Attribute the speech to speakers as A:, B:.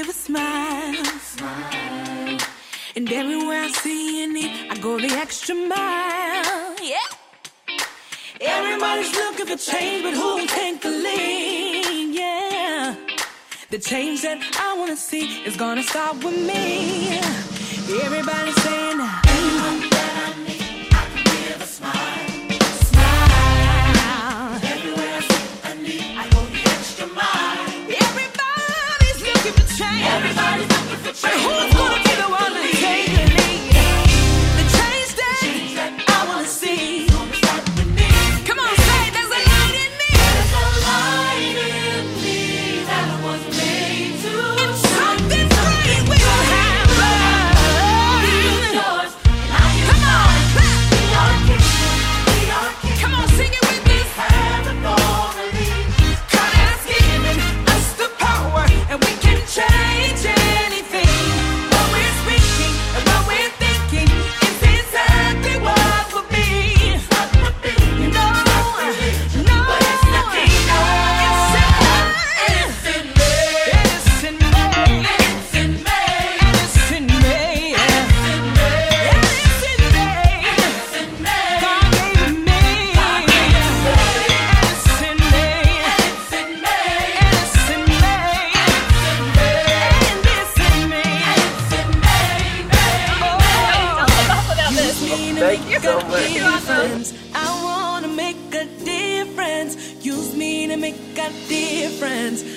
A: smile. smile. And everywhere I see a need, I go the extra mile. Yeah. Everybody's looking for change, but who will take the lead? Yeah. The change that I wanna see is gonna start with me. Everybody's saying, anyone that I meet, I can give a smile. Smile. Everywhere I see a need, I go the extra mile. Everybody's looking for change. Everybody's looking for change. who's gonna be the one to take the lead? The change that I wanna see. Come on, say it, there's a light in me. There's a light in me that was made to. And something great will happen. Come on, clap. We are kids. We are kids. Come on, sing it with us. Have the glory. God has given us the power, and we can change anything. What we're speaking and what we're thinking is exactly what will be. No, no, it's in me. It's in me. It's in me. It's in me. It's in me. It's in me. God gave me. It's in me. It's in me. It's in me. It's in me. It's in me. Oh. Thank you so much. I wanna make a difference. Use me to make a difference.